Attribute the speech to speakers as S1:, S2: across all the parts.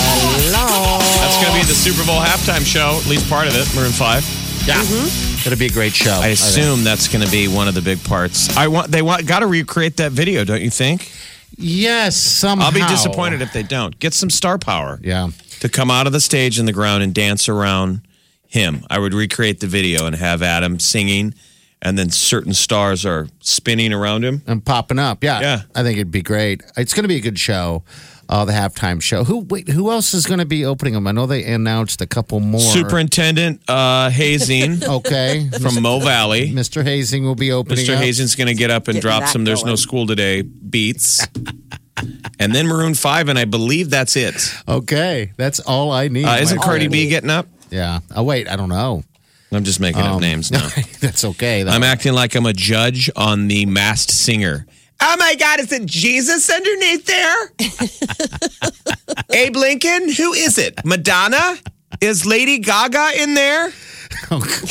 S1: That's going to be the Super Bowl halftime show, at least part of it, Maroon 5.
S2: Yeah.
S1: Mm-hmm.
S2: It'll be a great show.
S1: I assume that's going to be one of the big parts. I want they want got to recreate that video, don't you think?
S2: Yes, somehow.
S1: I'll be disappointed if they don't. Get some star power
S2: Yeah.
S1: to come out of the stage in the ground and dance around him. I would recreate the video and have Adam singing and then certain stars are spinning around him.
S2: And popping up. Yeah.
S1: Yeah.
S2: I think it'd be great. It's going to be a good show. Uh, the halftime show. Who wait? Who else is going to be opening them? I know they announced a couple more.
S1: Superintendent uh Hazing
S2: Okay.
S1: from Mo Valley.
S2: Mr. Hazing will be opening.
S1: Mr.
S2: up.
S1: Hazen's going to get up and
S3: Getting
S1: drop
S3: that
S1: some There's No
S3: going.
S1: School Today beats. and then Maroon 5, and I believe that's it.
S2: Okay, that's all I need.
S1: Uh, isn't
S2: Oh my
S1: Cardi
S2: friend.
S1: B getting up?
S2: Yeah. Oh wait, I don't know.
S1: I'm just making
S2: Um,
S1: up names now.
S2: that's okay. though.
S1: I'm acting like I'm a judge on The Masked Singer. Oh my God, is it Jesus underneath there? Abe Lincoln? Who is it? Madonna? Is Lady Gaga in there?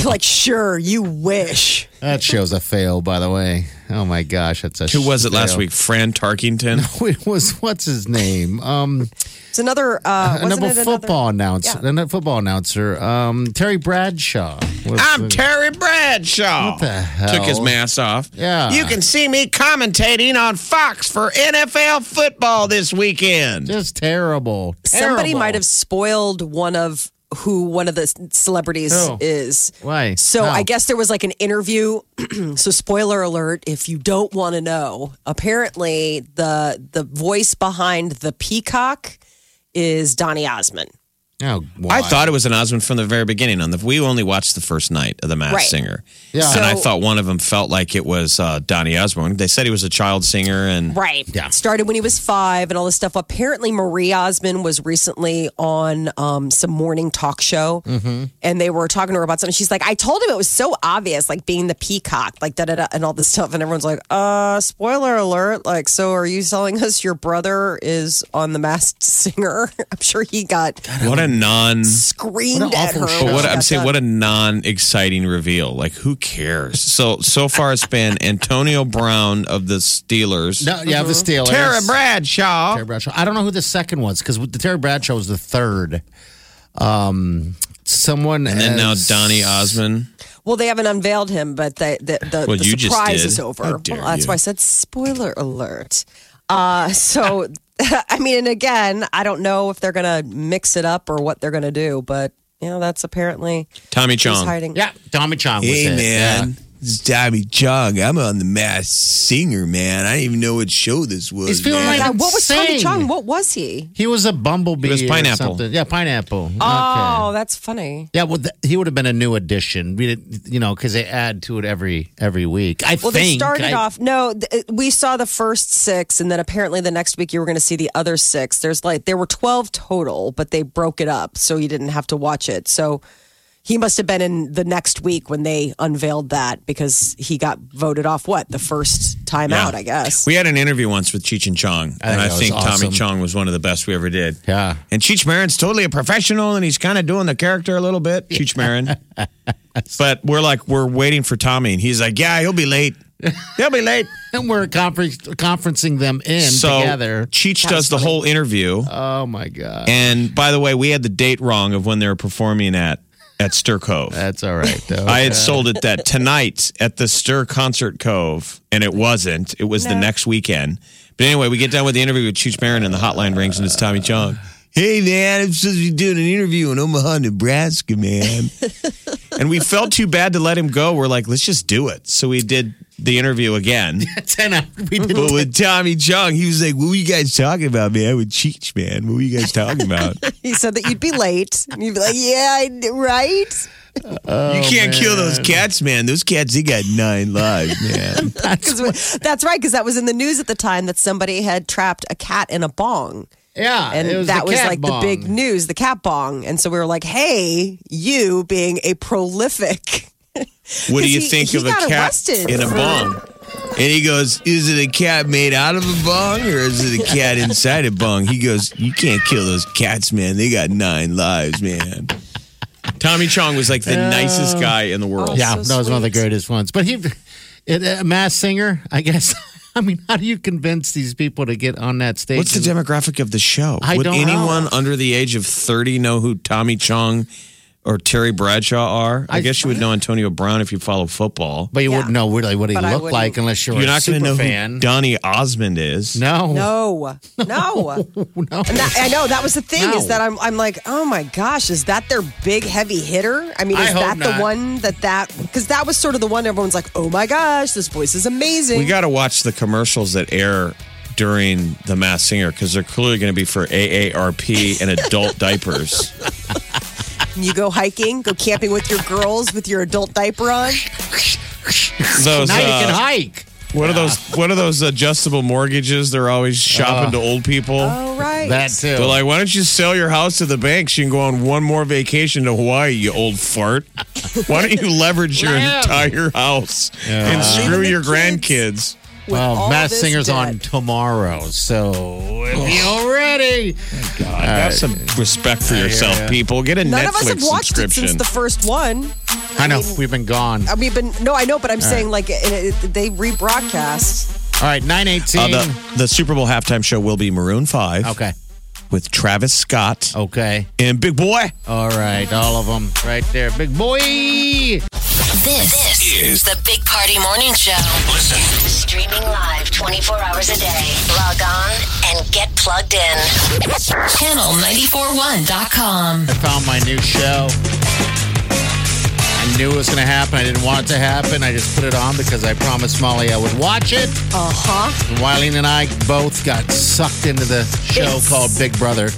S4: like, sure, you wish.
S2: that show's a fail, by the way. Oh my gosh, that's a.
S1: Who was it last
S2: fail.
S1: week? Fran Tarkington?
S2: It was what's his name? Um,
S4: It's another, uh, wasn't
S2: another
S4: it
S2: football
S4: another-
S2: announcer.
S4: Yeah.
S2: Another football announcer. Um, Terry Bradshaw. was
S1: I'm
S2: the-
S1: Terry Bradshaw. What
S2: the hell?
S1: Took his mask off.
S2: Yeah.
S1: You can see me commentating on Fox for NFL football this weekend.
S2: Just terrible.
S4: Somebody
S2: Terrible.
S4: might have spoiled one of who one of the c- celebrities
S2: Who?
S4: is.
S2: Why?
S4: So
S2: How?
S4: I guess there was like an interview. so spoiler alert if you don't want to know. Apparently the the voice behind the peacock is Donny Osmond.
S2: Oh,
S1: I
S2: why?
S1: thought it was an Osmond from the very beginning. On the we only watched the first night of the Masked
S4: Right.
S1: Singer,
S2: Yeah.
S1: and I
S4: So-
S1: thought one of them felt like it was uh, Donny Osmond. They said he was a child singer, and
S4: Right.
S2: Yeah.
S4: Started when he was five and all this stuff. Apparently, Marie Osmond was recently on um, some morning talk show
S2: Mm-hmm.
S4: and they were talking to her about something. She's like, I told him it was so obvious, like being the peacock, like da da da, and all this stuff. And everyone's like, uh, spoiler alert. Like, so are you telling us your brother is on The Masked Singer? I'm sure he got
S1: what a non.
S4: screamed
S2: What an
S4: at
S2: awful
S4: her.
S1: But
S2: show.
S4: when
S1: what
S4: she
S1: I'm
S4: got
S1: saying,
S4: done.
S1: what a non-exciting reveal. Like, who cares? So so far, it's been Antonio Brown of the Steelers,
S2: No, yeah, the Steelers.
S1: Tara Bradshaw,
S2: Terry Bradshaw. I don't know who the second was because the Terry Bradshaw was the third. Um, someone
S1: and then now
S2: as-
S1: Donny Osmond.
S4: Well, they haven't unveiled him, but the the, the,
S1: Well,
S4: the
S1: you just
S4: surprise
S1: did.
S4: is over.
S1: How
S4: Well,
S1: dare
S4: that's
S1: you.
S4: why I said spoiler alert. Uh, so, I mean, and again, I don't know if they're going to mix it up or what they're going to do, but you know, that's apparently
S1: Tommy
S4: who's
S1: Chong.
S4: hiding.
S2: Yeah, Tommy Chong was it.
S1: It's Tommy Chong. I'm on the mass singer, man. I didn't even know what show this was.
S2: He's feeling
S4: Now,
S2: like
S4: what was Tommy
S2: insane.
S4: Chong? What was he?
S2: He was a bumblebee.
S1: He was
S2: or
S1: pineapple.
S2: something. Yeah, pineapple.
S4: Oh,
S2: Okay.
S4: that's funny.
S2: Yeah, well, th- he would have been a new addition. We did, you know, because they add to it every every week. I
S4: Well,
S2: think.
S4: they
S2: I-
S4: started off. No, th- uh, we saw the first six, and then apparently the next week you were going to see the other six. There's like there were twelve total, but they broke it up so you didn't have to watch it. So he must have been in the next week when they unveiled that because he got voted off. What the first time
S1: Yeah.
S4: out, I guess.
S1: We had an interview once with Cheech and Chong,
S2: I
S1: and I
S2: think
S1: think
S2: that was
S1: Tommy
S2: awesome.
S1: Chong was one of the best we ever did.
S2: Yeah.
S1: And Cheech Marin's totally a professional, and he's kind of doing the character a little bit, Cheech Marin. but we're like, we're waiting for Tommy, and he's like, yeah, he'll be late. He'll be late.
S2: And we're conference, conferencing them in
S1: so
S2: together.
S1: Cheech does the whole interview.
S2: Oh my god,
S1: and by the way, we had the date wrong of when they were performing at, at Stir Cove.
S2: that's all right though.
S1: I had sold it that tonight at the Stir Concert Cove, and it wasn't. It was the next weekend. But anyway, we get done with the interview with Cheech Marin, and the hotline rings, and it's Tommy Chong. hey man, I'm supposed to be doing an interview in Omaha, Nebraska, man. and we felt too bad to let him go. We're like, let's just do it. So we did the interview again.
S2: Ten out. We did
S1: but with Tommy Chung, he was like, What were you guys talking about, man? With Cheech, man. What were you guys talking about?
S4: He said that you'd be late. And you'd be like, yeah, I, d- right?
S1: you can't kill those cats, man. Those cats, they got nine lives, man.
S4: 'Cause we- that's right, because that was in the news at the time that somebody had trapped a cat in a bong.
S2: yeah,
S4: And
S2: it was
S4: that
S2: the
S4: was
S2: cat
S4: like
S2: bong.
S4: the big news, the cat bong. And so we were like, hey, you being a prolific.
S1: What do you
S4: he-
S1: think
S4: he
S1: of a
S4: got
S1: cat
S4: arrested
S1: in a
S4: for-
S1: bong? And he goes, Is it a cat made out of a bong or is it a cat inside a bong? He goes, You can't kill those cats, man. They got nine lives, man. Tommy Chong was like the nicest guy in the world.
S2: Oh. Yeah, that was one of the greatest ones. But he, it, a mass singer, I guess. I mean, how do you convince these people to get on that stage?
S1: What's the
S2: and-
S1: demographic of the show?
S2: I
S1: Would
S2: don't
S1: anyone under the age of 30 know who Tommy Chong or Terry Bradshaw are? I,
S2: I-
S1: guess you would know Antonio Brown if you follow football.
S2: But you
S4: Yeah.
S2: wouldn't know really what he
S4: But I
S2: looked
S4: wouldn't.
S2: like unless you were
S1: You're
S2: a
S1: not going
S2: super
S1: to know who
S2: fan.
S1: Donny Osmond is.
S2: no,
S4: No, no.
S2: Oh. no.
S4: And that, I know that was the thing is
S2: No.
S4: that I'm, I'm like, oh my gosh, is that their big heavy hitter? I mean,
S2: I
S4: is
S2: hope
S4: that
S2: not.
S4: the one that that because that was sort of the one everyone's like, oh my gosh, this voice is amazing.
S1: We got to watch the commercials that air during the Mass Singer because they're clearly going to be for AARP and adult diapers.
S4: you go hiking, go camping with your girls with your adult diaper on.
S1: Those,
S2: now you
S1: uh,
S2: can hike.
S1: What are those? What are those adjustable mortgages? They're always shopping to old people.
S4: All right,
S2: That too.
S1: They're like, why don't you sell your house to the bank so you can go on one more vacation to Hawaii, you old fart? Why don't you leverage your
S2: Lamb.
S1: entire house and screw
S4: Leaving
S1: your
S4: the kids.
S1: grandkids?
S4: with all
S2: well, mass
S4: this
S2: singers
S4: debt.
S2: on tomorrow, so be already.
S1: Have some respect for yourself,
S2: ya.
S1: people. Get a
S4: None
S1: Netflix
S4: of us have watched it
S1: subscription.
S4: since the first one.
S2: I know we've been gone. All
S4: I mean, but no, I know, but I'm saying like it, it, they rebroadcast.
S2: right, nine eighteen.
S1: Uh, the, the Super Bowl halftime show will be Maroon 5
S2: okay,
S1: with Travis Scott
S2: okay,
S1: and Big Boy.
S2: all right, all of them right there, big boy.
S5: This, is the Big Party Morning Show. Listen. Streaming live 24 hours a day. Log on and get plugged in. Channel941.com.
S2: I found my new show. I knew it was going to happen. I didn't want it to happen. I just put it on because I promised Molly I would watch it.
S4: Uh huh.
S2: And Wileen and I both got sucked into the show
S4: Yes.
S2: called Big Brother.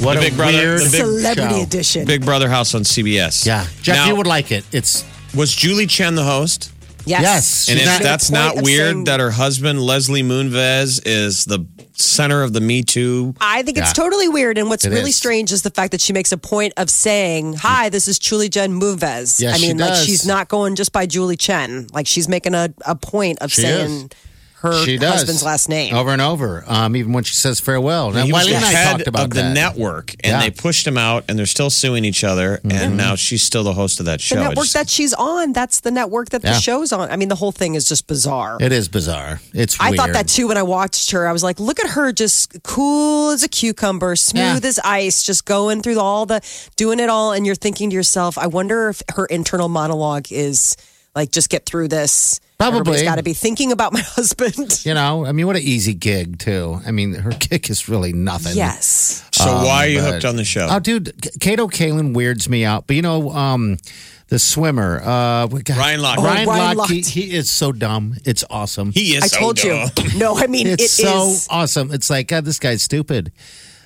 S2: What
S1: The
S2: a
S1: Big Brother-
S2: weird
S1: the Big
S4: Celebrity
S2: show.
S4: edition.
S1: Big Brother House on CBS.
S2: Yeah, Jeff,
S1: Now,
S2: you would like it. It's
S1: was Julie Chen the host?
S4: Yes.
S2: Yes.
S1: And
S2: She's
S1: if
S2: not-
S1: that's
S4: Made a
S1: not
S4: point of
S1: weird
S4: saying-
S1: that her husband, Leslie Moonves, is the center of the Me Too.
S4: I think it's
S2: Yeah.
S4: totally weird. And what's
S2: It
S4: really
S2: is.
S4: strange is the fact that she makes a point of saying, Hi, this is Julie Chen Moves.
S2: Yes,
S4: I
S2: she
S4: mean, like,
S2: does.
S4: she's not going just by Julie Chen. Like, she's making a, a point of
S2: She
S4: saying her
S2: she does
S4: husband's last name.
S2: over and over. Um, even when she says farewell. Now,
S1: He was
S2: Wileen
S1: the
S2: and I
S1: head
S2: talked about
S1: of the
S2: that.
S1: network, and
S2: Yeah. Mm-hmm.
S1: they pushed him out, and they're still suing each other, and now she's still the host of that
S4: The
S1: show. I
S4: network
S1: just-
S4: that she's on, that's the network that the
S2: Yeah.
S4: show's on. I mean, the whole thing is just bizarre.
S2: It is bizarre. It's
S4: I
S2: weird.
S4: thought that too when I watched her. I was like, look at her just cool as a cucumber, smooth
S2: Yeah.
S4: as ice, just going through all the, doing it all. And you're thinking to yourself, I wonder if her internal monologue is like, just get through this.
S2: Probably.
S4: Everybody's got to be thinking about my husband.
S2: You know, I mean, what an easy gig too. I mean, her kick is really nothing.
S4: yes.
S1: so why are you
S2: but-
S1: hooked on the show?
S2: Oh, dude, K- Kato Kalin weirds me out. But you know, um, the swimmer, uh, we got-
S1: Ryan Lochte.
S2: Ryan,
S4: Oh, Ryan
S2: Lochte,
S4: Lochte.
S2: He is so dumb. It's awesome.
S1: he is.
S4: I
S1: so
S4: told you.
S1: dumb.
S4: No, I mean,
S2: it's
S4: it
S2: so
S4: is-
S2: awesome. It's like God, this guy's stupid.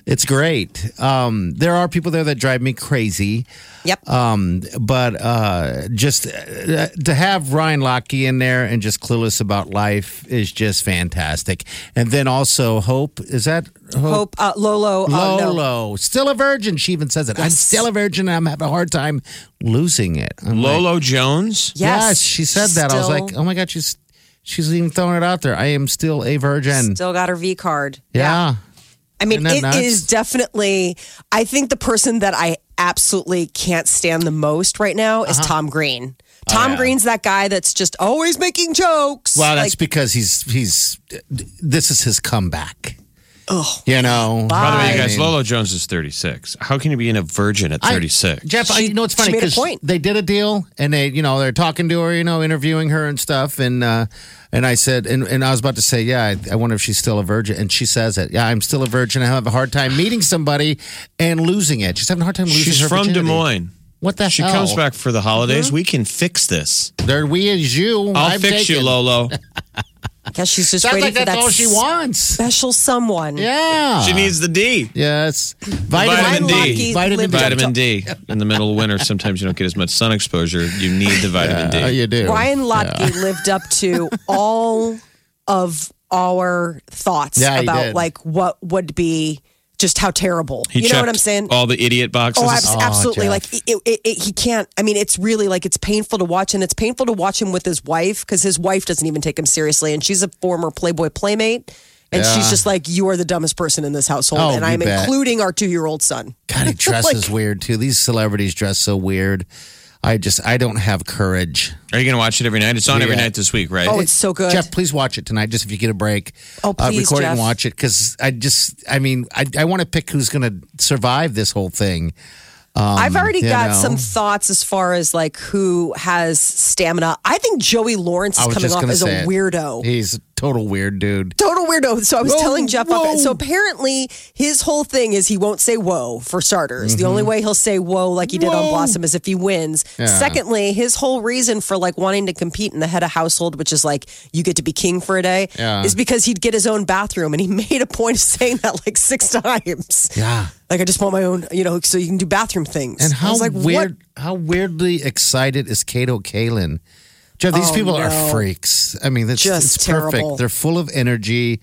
S2: It's great. Um, there are people there that drive me crazy, Um,
S4: Yep.
S2: but uh, just uh, to have Ryan Lochte in there and just clueless about life is just fantastic. And then also Hope is that
S4: Hope, uh, Lolo. Uh, no.
S2: Lolo, still a virgin. She even says it. I'm still a virgin. and I'm having a hard time losing it. I'm like,
S1: Lolo Jones?
S4: Yes.
S2: yes, she said that. I was
S4: Still-
S2: like, oh my god, she's she's even throwing it out there. I am still a virgin.
S4: Still got her V card.
S2: yeah.
S4: I mean, it is
S2: Isn't that nuts?
S4: definitely. I think the person that I absolutely can't stand the most right now
S2: Uh-huh.
S4: is Tom Green.
S2: Oh,
S4: Tom Green's that guy that's just always making jokes.
S2: Well, that's
S4: Like,
S2: because he's he's. This is his comeback. You know,
S1: By the way, you guys,
S2: I mean-
S1: Lolo Jones is 36. How can you be in a virgin at
S2: I-
S1: 36?
S2: Jeff, I, you know it's funny
S4: she made a
S2: because
S4: point.
S2: they did a deal and they, you know, they're talking to her, you know, interviewing her and stuff, and uh, and I said, and, and I was about to say, yeah, I, I wonder if she's still a virgin, and she says it, yeah, I'm still a virgin. I have a hard time meeting somebody and losing it. She's having a hard time losing.
S1: She's
S2: her
S1: from
S2: virginity. Oh.
S1: Des Moines.
S2: What the
S1: She
S2: hell?
S1: comes back for the holidays. We can fix this.
S2: There, we is you.
S1: I'll
S2: I'm
S1: fix you,
S2: taken.
S1: Lolo.
S4: I guess she's just
S2: Sounds
S4: waiting
S2: like
S4: for
S2: that's
S4: that
S2: all she wants.
S4: special someone.
S2: Yeah.
S1: she needs the D.
S2: Yes.
S1: Vitamin D.
S4: Lucky
S2: Vitamin D.
S4: lived up
S1: Vitamin D. In the middle of winter, sometimes you don't get as much sun exposure. You need the vitamin
S2: Oh,
S1: D.
S2: you do.
S4: Brian Lotke lived up to all of our thoughts
S2: Yeah, he
S4: about
S2: did.
S4: like what would be just how terrible.
S1: He
S4: you know what
S1: checked
S4: I'm saying?
S1: All the idiot boxes.
S4: Oh, abs- absolutely!
S2: Jeff.
S4: Like it, it, it, he can't. I mean, it's really like it's painful to watch, and it's painful to watch him with his wife because his wife doesn't even take him seriously, and she's a former Playboy playmate, and she's just like, "You are the dumbest person in this household,"
S2: Oh,
S4: and
S2: you
S4: I'm
S2: bet.
S4: including our two-year-old son.
S2: God, he dresses weird too. These celebrities dress so weird. I just, I don't have courage.
S1: Are you going to watch it every night? It's on every
S2: Yeah.
S1: night this week, right?
S4: Oh, it's so good.
S2: Jeff, please watch it tonight, just if you get a break.
S4: Oh,
S2: Uh,
S4: please,
S2: record it
S4: Jeff.
S2: and watch it because I just, I mean, I, I want to pick who's going to survive this whole thing.
S4: I've already
S2: you
S4: got
S2: know.
S4: some thoughts as far as like who has stamina. I think Joey Lawrence
S2: I
S4: is
S2: was
S4: coming
S2: just
S4: off
S2: gonna
S4: as
S2: say
S4: a
S2: it.
S4: weirdo.
S2: He's a total weird dude.
S4: Total weirdo. So I was
S2: Whoa,
S4: telling Jeff
S2: whoa.
S4: up. So apparently his whole thing is he won't say whoa for starters. The
S2: Mm-hmm.
S4: only way he'll say whoa like he did on Blossom is if he wins. Secondly, his whole reason for like wanting to compete in the head of household, which is like you get to be king for a day,
S2: Yeah.
S4: is because he'd get his own bathroom and he made a point of saying that like six times.
S2: Yeah.
S4: Like I just want my own, you know, so you can do bathroom things.
S2: And
S4: I
S2: how
S4: was like,
S2: weird, how weirdly excited is Kato Kalin? Jeff, these people
S4: Oh, no.
S2: are freaks. I mean, that's
S4: Just
S2: it's perfect.
S4: terrible.
S2: They're full of energy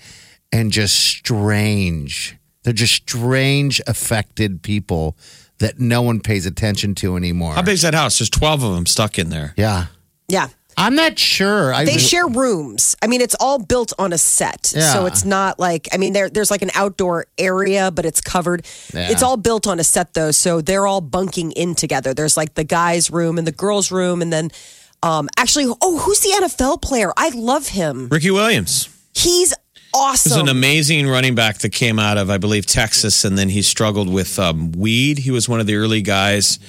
S2: and just strange. They're just strange, affected people that no one pays attention to anymore.
S1: How big's that house? There's 12 of them stuck in there.
S2: yeah.
S4: Yeah.
S2: I'm not sure. I,
S4: They share rooms. I mean, it's all built on a set, so
S2: Yeah.
S4: it's not like I mean, there, there's like an outdoor area, but it's covered.
S2: Yeah.
S4: It's all built on a set though, so they're all bunking in together. There's like the guys' room and the girls' room, and then um, actually, oh, who's the NFL player? I love him.
S1: Ricky Williams.
S4: He's
S1: This is
S4: awesome.
S1: an amazing running back that came out of, I believe, Texas, and then he struggled with um, weed. He was one of the early guys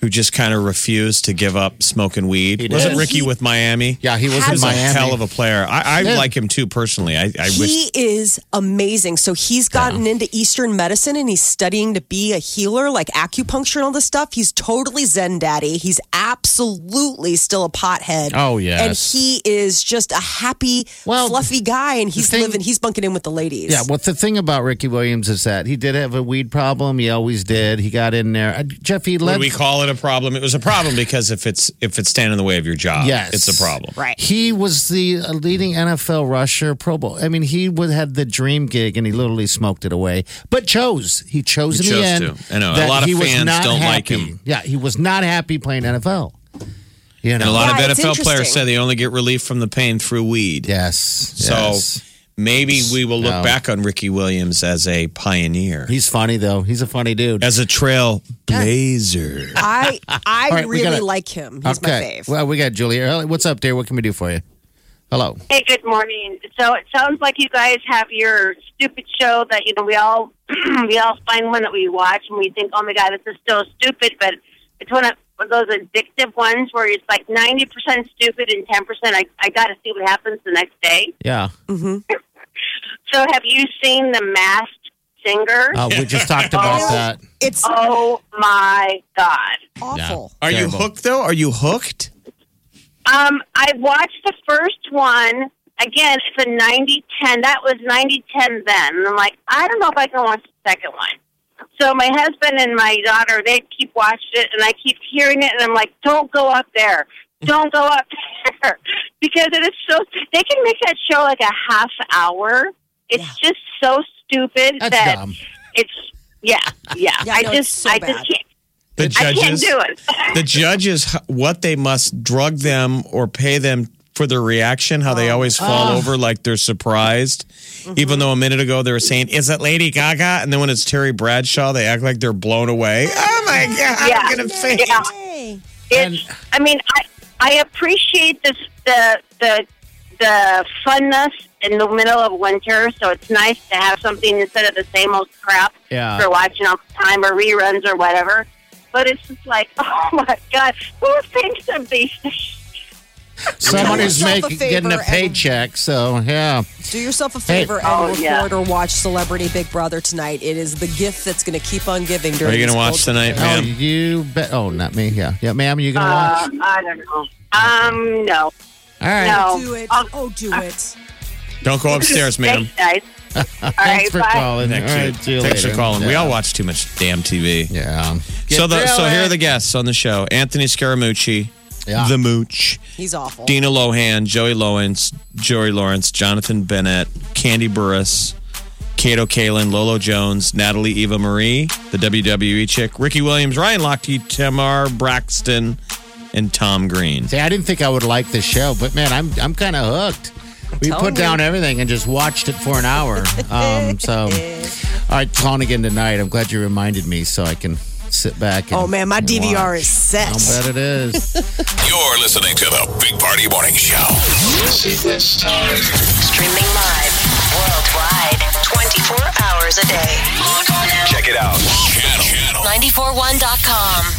S1: who just kind of refused to give up smoking weed. Wasn't
S4: And
S1: Ricky
S4: he-
S1: with Miami?
S2: Yeah, he was
S1: He
S2: in
S1: was a
S2: Miami.
S1: hell of a player. I, I
S2: Yeah.
S1: like him too personally. I, I wish
S4: he is amazing. So he's gotten into Eastern medicine and he's studying to be a healer, like acupuncture and all this stuff. He's totally Zen daddy. He's absolutely still a pothead.
S2: Oh, yes.
S4: And he is just a happy,
S2: Well,
S4: fluffy guy and he's
S2: thing-
S4: living, he's bunking in with the ladies.
S2: Yeah, well, the thing about Ricky Williams is that he did have a weed problem. He always did. He got in there. Uh, Jeff, he
S1: would
S2: led.
S1: we call it a problem. It was a problem because if it's if it's standing in the way of your job,
S2: Yes.
S1: Uh, it's a problem.
S4: Right.
S2: He was the uh, leading NFL rusher Pro Bowl. I mean, he would had the dream gig and he literally smoked it away, but chose. He chose
S1: He
S2: in the
S1: chose
S2: end.
S1: to. I know. A
S2: that
S1: lot of
S2: he was
S1: fans
S2: not
S1: don't like
S2: happy.
S1: him.
S2: Yeah, he was not happy playing NFL. You know.
S1: And a lot
S4: Yeah,
S1: of
S4: it's
S1: NFL players
S4: interesting.
S1: say they only get relief from the pain through weed.
S2: yes.
S1: So
S2: yes.
S1: maybe we will look
S2: No.
S1: back on Ricky Williams as a pioneer,
S2: He's funny though. He's a funny dude.
S1: as a trailblazer.
S4: I I
S2: All right, we
S4: really
S2: gotta-
S4: like him. He's
S2: okay.
S4: my fave.
S2: Well, we got Julia. Hello, What's up, dear? What can we do for you? Hello.
S6: Hey, good morning. So it sounds like you guys have your stupid show that you know we all we all find one that we watch and we think, oh my god, this is so stupid, but it's one of those addictive ones where it's like ninety percent stupid and ten percent. I I got to see what happens the next day.
S2: Yeah.
S4: Mm-hmm.
S6: So have you seen the Masked Singer?
S2: Uh, we just talked about that.
S4: It's
S6: oh my god.
S4: awful.
S1: Are you
S2: Terrible.
S1: hooked though? Are you hooked?
S6: Um, I watched the first one. Again, it's a 90 10. That was 90 10 then. And I'm like, I don't know if I can watch the second one. So my husband and my daughter, they keep watching it, and I keep hearing it, and I'm like, don't go up there. Don't go up there. because it is so, they can make that show like a half hour. It's just so stupid
S2: That's
S6: that
S2: dumb.
S6: it's, yeah, yeah.
S4: Yeah,
S6: I
S4: no, it's
S6: just,
S4: so
S6: I
S4: bad.
S6: just can't,
S1: The
S6: I can't do it.
S1: the judges, h- what they must drug them or pay them for their reaction, how they always fall over like they're surprised. Even though a minute ago they were saying, Is it Lady Gaga? And then when it's Terry Bradshaw, they act like they're blown away. Oh my God,
S6: Yeah.
S1: I'm going to faint.
S6: Yeah. It's, I mean, I I appreciate this the the the funness in the middle of winter, so it's nice to have something instead of the same old crap
S2: Yeah.
S6: for watching all the time or reruns or whatever. But it's just like, oh my god, who thinks of these things?
S2: Someone who's
S4: Yourself a
S2: making getting a
S4: favor and-
S2: paycheck, so yeah.
S4: Do yourself a favor and
S6: Oh,
S4: record
S6: yeah.
S4: or watch Celebrity Big Brother tonight. It is the gift that's going to keep on giving.
S1: Are
S4: During
S1: you
S4: going to
S1: watch tonight,
S2: Oh,
S1: ma'am?
S2: you bet. Oh, not me. Yeah, yeah, ma'am. You gonna
S6: Uh,
S2: watch?
S6: I don't know. Um, no,
S2: All right.
S6: no.
S4: Do it.
S6: I'll-
S4: Oh, do it.
S1: Don't go upstairs, ma'am.
S6: Thanks, guys. All
S2: Thanks
S6: right,
S2: for
S6: bye.
S2: calling.
S1: Thanks,
S2: All right,
S1: for-
S2: see you
S1: thanks for
S2: later.
S1: calling. We
S2: Yeah.
S1: all watch too much damn TV.
S2: Yeah.
S1: so the,
S2: Get
S1: so
S2: through
S1: here are
S2: it.
S1: the guests on the show: Anthony Scaramucci,
S2: Yeah.
S1: the Mooch,
S4: He's awful.
S1: Dina Lohan, Joey Lawrence, Joey Lawrence, Jonathan Bennett, Candy Burris, Kato Kalin, Lolo Jones, Natalie Eva Marie, the WWE chick, Ricky Williams, Ryan Lochte, Tamar Braxton, and Tom Green.
S2: See, I didn't think I would like this show, but man, I'm I'm kind of hooked. We
S4: Tell
S2: put
S4: me.
S2: down everything and just watched it for an hour. Um, so, all right, calling again tonight. I'm glad you reminded me, so I can sit back. And,
S4: Oh man, my
S2: and
S4: DVR
S2: watch.
S4: is set.
S2: I'll bet it is.
S7: You're listening to the Big Party Morning Show.
S5: Streaming live worldwide 24 hours a day. Log on now.
S7: Check it out. Channel.
S5: 941.com.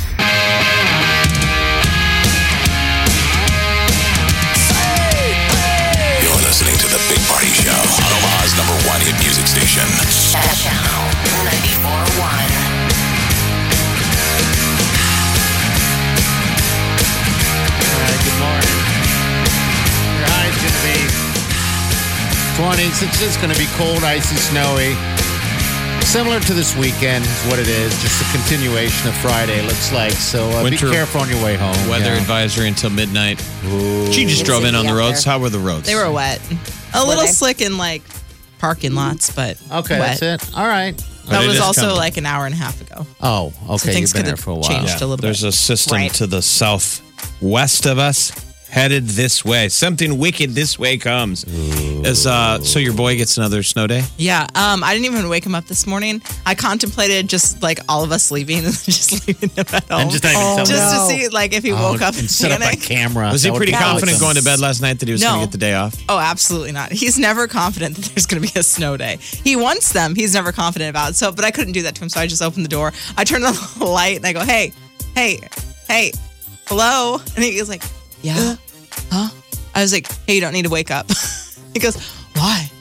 S7: You're listening to the Big Party Show on Omaha's number one hit music station.
S5: Channel 941.
S2: All right, good morning. Your high's gonna be 20s. It's just gonna be cold, icy, snowy. Similar to this weekend is what it is. Just a continuation of Friday looks like. So uh, be
S1: Winter
S2: careful on your way home.
S1: Weather
S2: Yeah.
S1: advisory until midnight. She just drove in on the
S4: out
S1: roads.
S4: there.
S1: How were the roads?
S8: They were wet. A little
S4: they?
S8: slick in like parking lots, but
S2: Okay,
S8: wet.
S2: that's it. All right.
S1: But
S8: That
S1: it
S8: was
S1: is
S8: also
S1: coming.
S8: like an hour and a half ago.
S2: Oh, okay. You've
S8: things
S2: been
S8: could
S2: there
S8: have
S2: for a while.
S8: changed.
S1: Yeah,
S8: a little
S1: there's
S8: bit.
S1: a system
S8: Right.
S1: to the southwest of us headed this way. Something wicked this way comes. As uh, so your boy gets another snow day.
S8: Yeah. Um, I didn't even wake him up this morning. I contemplated just like all of us leaving and just leaving him at home.
S2: And just not even tell
S8: Oh, Just
S2: them.
S8: to see like if he woke up
S2: and
S8: and
S2: set up a
S8: panic.
S2: camera.
S1: Was he
S2: That would
S1: pretty
S2: be
S1: confident
S2: awesome.
S1: going to bed last night that he was
S8: No.
S1: going to get the day off?
S8: Oh, absolutely not. He's never confident that there's going to be a snow day. He wants them. He's never confident about it. So, but I couldn't do that to him. So I just opened the door. I turned on the light and I go, hey, hey, hey, hello. And he was like, yeah, huh? I was like, hey, you don't need to wake up. he goes, why?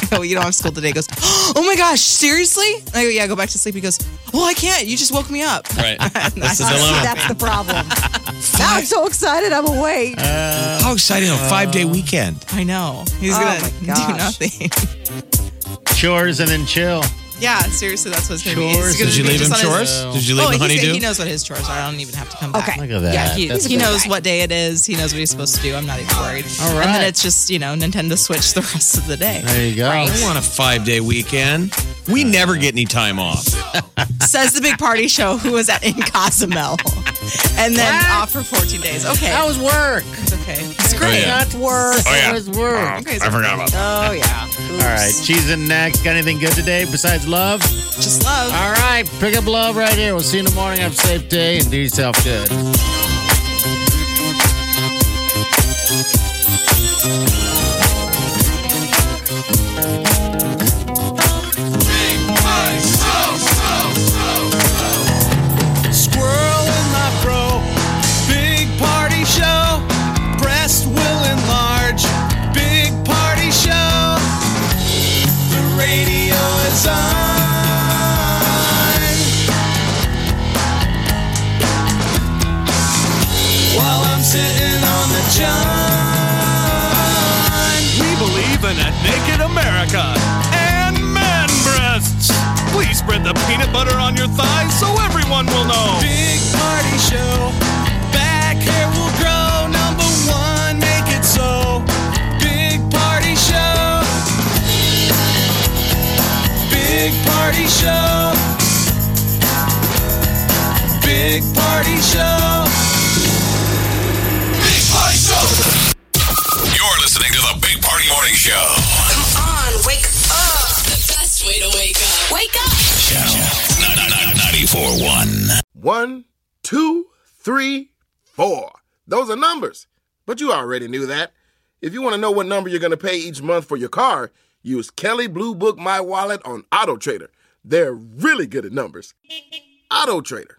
S8: I go, you don't have school today. He goes, oh my gosh, seriously? And I go, yeah, go back to sleep. He goes, well, I can't. You just woke me up.
S1: Right. That's the
S8: I-
S1: dilemma.
S4: That's the problem. now I'm so excited. I'm awake.
S1: How exciting! A five day weekend.
S8: I know. Uh, He's
S4: Oh
S8: going
S4: my
S8: to
S4: gosh.
S8: do nothing.
S2: Chores and then chill.
S8: yeah, seriously, that's what's going to be.
S2: Chores.
S8: He's gonna
S1: Did you
S8: be
S1: leave
S8: just
S1: him
S8: on his-
S1: chores? Did you leave
S8: oh,
S1: him
S8: he's-
S1: honeydew?
S8: he knows what his chores are. I don't even have to come back.
S4: Okay.
S2: Look at that.
S8: Yeah, he,
S2: That's
S8: he
S2: good.
S8: knows what day it is. He knows what he's supposed to do. I'm not even worried.
S2: All
S8: And
S2: right.
S8: then it's just, you know, Nintendo Switch the rest of the day.
S2: There you go.
S1: I want a five day weekend. We never get any time off.
S8: Says the big party show who was at in Cozumel. And then off for 14 days. Okay.
S2: That was work.
S8: it's okay. It's great.
S1: yeah.
S2: That's work.
S7: Oh, yeah.
S2: That was work.
S8: Okay, so
S7: I forgot about that.
S4: Oh yeah.
S2: All right. She's in next. Got anything good today besides love?
S8: Just love.
S2: All right. Pick up love right here. We'll see you in the morning. Have a safe day and do yourself good.
S1: Squirrel in my fro. Big party show. Breast will enlarge. Big party show. The radio is on. While I'm sitting on the john. We believe in a naked America and man breasts. Please spread the peanut butter on your thighs so everyone will know. Big party show. Back hair will grow. Number one, make it so. Big party show. Big party show. Big party show.
S7: Big Party Show. You're listening to the Big Party Morning Show.
S5: Come on, wake up. The best way to wake up. Wake up.
S7: Channel 941.
S9: One, two, three, four. Those are numbers. But you already knew that. If you want to know what number you're going to pay each month for your car, use Kelly Blue Book My Wallet on Auto Trader. They're really good at numbers. Auto Trader.